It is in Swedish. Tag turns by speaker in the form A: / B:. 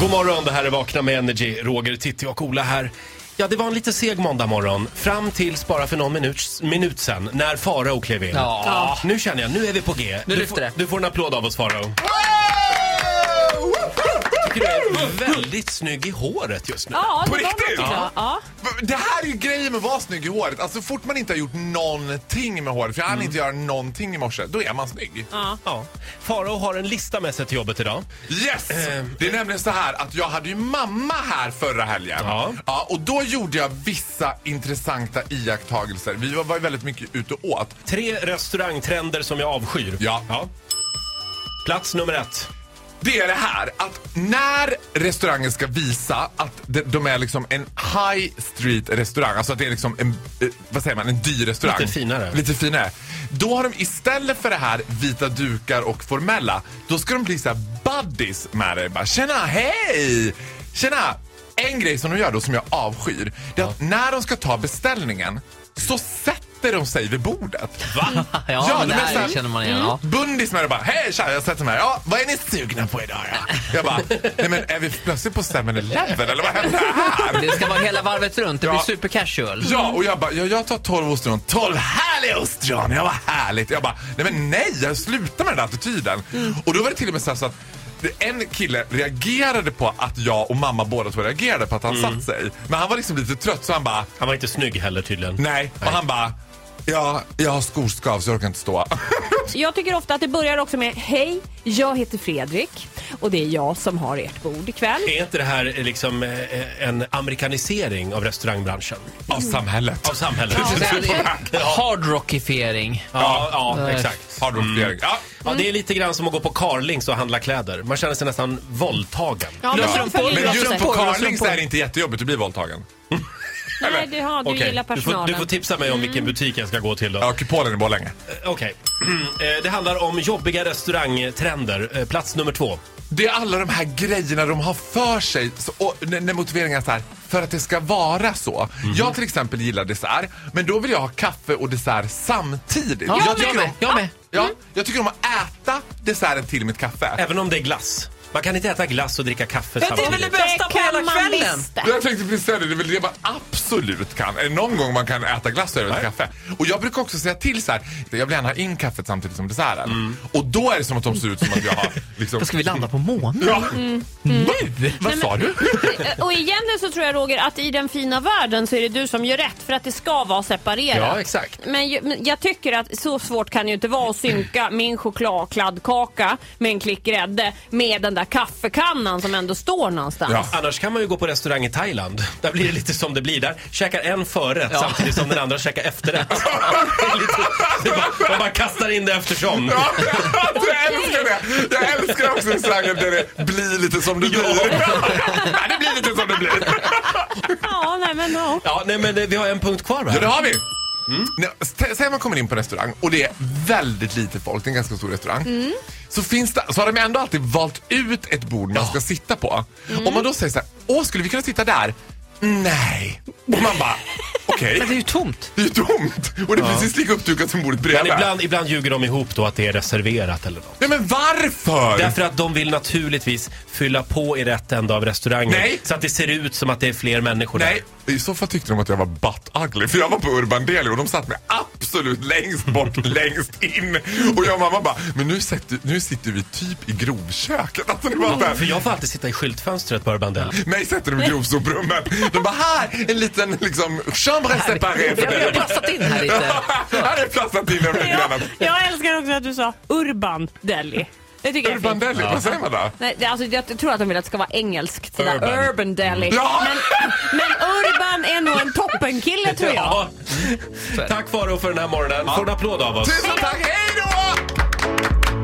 A: God morgon, det här är Vakna med Energy. Roger, Titti och Ola här. Ja, det var en lite seg måndag morgon. Fram tills bara för någon minut, minut sen, när Farao klev in.
B: Ja.
A: Nu känner jag, nu är vi på G.
B: Nu
A: du,
B: lyfter
A: får,
B: det.
A: du får en applåd av oss Farao. Tycker du är väldigt snygg i håret just nu.
C: Ja, det
D: På
C: var
D: riktigt?
C: någonting då. Ja.
D: Det här är ju grejen med att vara snygg i håret. Alltså så fort man inte har gjort någonting med håret, för jag hann inte göra någonting i morse, då är man snygg.
A: Ja. Farao har en lista med sig till jobbet idag.
D: Yes! Det är nämligen så här att jag hade ju mamma här förra helgen.
A: Ja.
D: och då gjorde jag vissa intressanta iakttagelser. Vi var, var ju väldigt mycket ute och åt.
A: Tre restaurangtrender som jag avskyr.
D: Ja.
A: Plats nummer ett.
D: Det är det här att när restaurangen ska visa att de, de är liksom en high street restaurang, alltså att det är liksom en, eh, vad säger man, en dyr restaurang.
A: Lite finare.
D: Lite finare. Då har de istället för det här vita dukar och formella, då ska de bli så här buddies med dig. Bara, Tjena, hej! Tjena! En grej som de gör då som jag avskyr, det är att när de ska ta beställningen så sätter de sig vid bordet.
A: Va?
B: Ja,
D: Ja,
B: men det
D: men
B: här
D: sen-
B: känner man igen. Ja.
D: Bundis med och bara hej tja, jag sätter mig här. Ja, vad är ni sugna på idag ja? Jag bara, nej men är vi plötsligt på 7-Eleven eller vad händer här?
B: Det ska vara hela varvet runt. Det blir
D: Ja.
B: super casual.
D: Ja, och jag bara, ja, jag tar 12 ostron. 12 härliga ostron! Ja, vad härligt. Jag bara, nej men nej, jag slutar med den där attityden. Och då var det till och med så, här så att det- en kille reagerade på att jag och mamma båda två reagerade på att han satt sig. Men han var liksom lite trött så han bara,
A: Han var inte snygg heller tydligen.
D: nej. Och han bara, ja, jag har skoskav så jag orkar inte stå.
C: Jag tycker ofta att det börjar också med Hej, jag heter Fredrik och det är jag som har ert bord ikväll.
A: Är inte det här eh, liksom eh, en amerikanisering av restaurangbranschen?
D: Av samhället.
A: Av samhället?
B: Det
D: Precis.
B: här är Hard rockifiering.
A: Ja, ja, exakt.
D: Har du mm. Ja.
A: Ja, det är lite grann som att gå på Carlings och handla kläder. Man känner sig nästan våldtagen.
C: Ja, men
B: Löser
C: de
B: de på-
C: följer
D: Men
C: också
D: just
C: det.
D: på
B: Porr och
D: Carlings
B: sånt.
D: är det inte jättejobbigt att bli våldtagen.
C: Nej, det har, du
A: Okej,
C: gillar
A: du, får,
C: personalen. Mm.
A: du får tipsa mig om vilken butik jag ska gå till då.
D: Ja, kupolen är bara länge.
A: Eh, Okej. Eh, Det handlar om jobbiga restaurangtrender. Eh, Plats nummer två.
D: Det är alla de här grejerna de har för sig så, och när, när motiveringen är så här, för att det ska vara så. Jag till exempel gillar dessert, men då vill jag ha kaffe och dessert samtidigt.
B: Ja,
D: jag, Mm.
B: jag
D: tycker
B: med,
D: om,
B: jag med.
D: Ja, jag tycker om att äta desserten till mitt kaffe.
A: Även om det är glass. Man kan inte äta glass och dricka kaffe
B: Men det är väl
A: samtidigt.
B: det bästa på
C: kan
B: hela
C: man
B: kvällen.
C: visst.
D: Jag tänkte precis säga det, det är väl det man absolut kan. Är det någon gång man kan äta glass över ett kaffe? Och jag brukar också säga till så här, jag vill gärna ha in kaffet samtidigt som desserten. Och då är det som att de ser ut som att jag har liksom...
B: Då ska vi landa på månen.
D: Ja. Nu? Vad sa du?
C: Och egentligen så tror jag Roger att i den fina världen så är det du som gör rätt för att det ska vara separerat.
A: Ja, exakt.
C: Men ju- men jag tycker att så svårt kan det ju inte vara att synka min chokladkladdkaka med en klick grädde med den där kaffekannan som ändå står någonstans.
D: Ja.
A: Annars kan man ju gå på restaurang i Thailand. Där blir det lite som det blir där. Käkar en förrätt
B: Ja.
A: samtidigt som den andra käkar efterrätt. Det är lite- det är bara- Man bara kastar in det eftersom.
D: Ja, jag älskar det! Jag älskar också slangen där det blir lite som det blir. Ja, det blir lite som det blir.
C: Ja, nej men ja.
A: Ja, nej men eh, vi har en punkt kvar va?
D: Ja, det har vi. Nej, s- Säg man kommer in på en restaurang och det är väldigt lite folk, det är en ganska stor restaurang. Så, finns det, så har de ändå alltid valt ut ett bord man ska sitta på. Om man då säger så här, åh skulle vi kunna sitta där? Nej. Och man bara, okej.
B: Men det är ju tomt.
D: Det är ju tomt! Och det är precis lika uppdukat som bordet
A: Men
D: bredvid.
A: ibland, ibland ljuger de ihop då att det är reserverat eller något.
D: Nej men varför?
A: Därför att de vill naturligtvis fylla på i rätt ände av restaurangen.
D: Nej.
A: Så att det ser ut som att det är fler människor
D: Nej, i så fall tyckte de att jag var butt ugly för jag var på Urban Deli och de satt mig absolut längst bort, längst in. Och jag och mamma bara, men nu sitter, nu sitter vi typ i grovköket. Alltså det var så
A: där.
D: här,
A: För jag får alltid sitta i skyltfönstret på Urban Dell.
D: mig sätter de i grovsoprummet. De bara, här en liten liksom chambre séparée för
B: Vi har
D: dig.
B: passat in här lite.
D: Här är platsen till en
C: Jag,
D: grann.
C: jag älskar också att du sa Urban Deli. Det tycker jag är
D: Urban
C: fint.
D: Deli, vad säger man då?
C: Nej, det- alltså, jag tror att de vill att det ska vara engelskt. Sådär.
A: Urban.
C: Urban. Deli.
D: Ja!
C: Men, men Urban är nog en toppenkille tror jag.
A: Ja. Tack Faro för den här morgonen. Får en applåd av oss.
D: Tusen tack, hej då!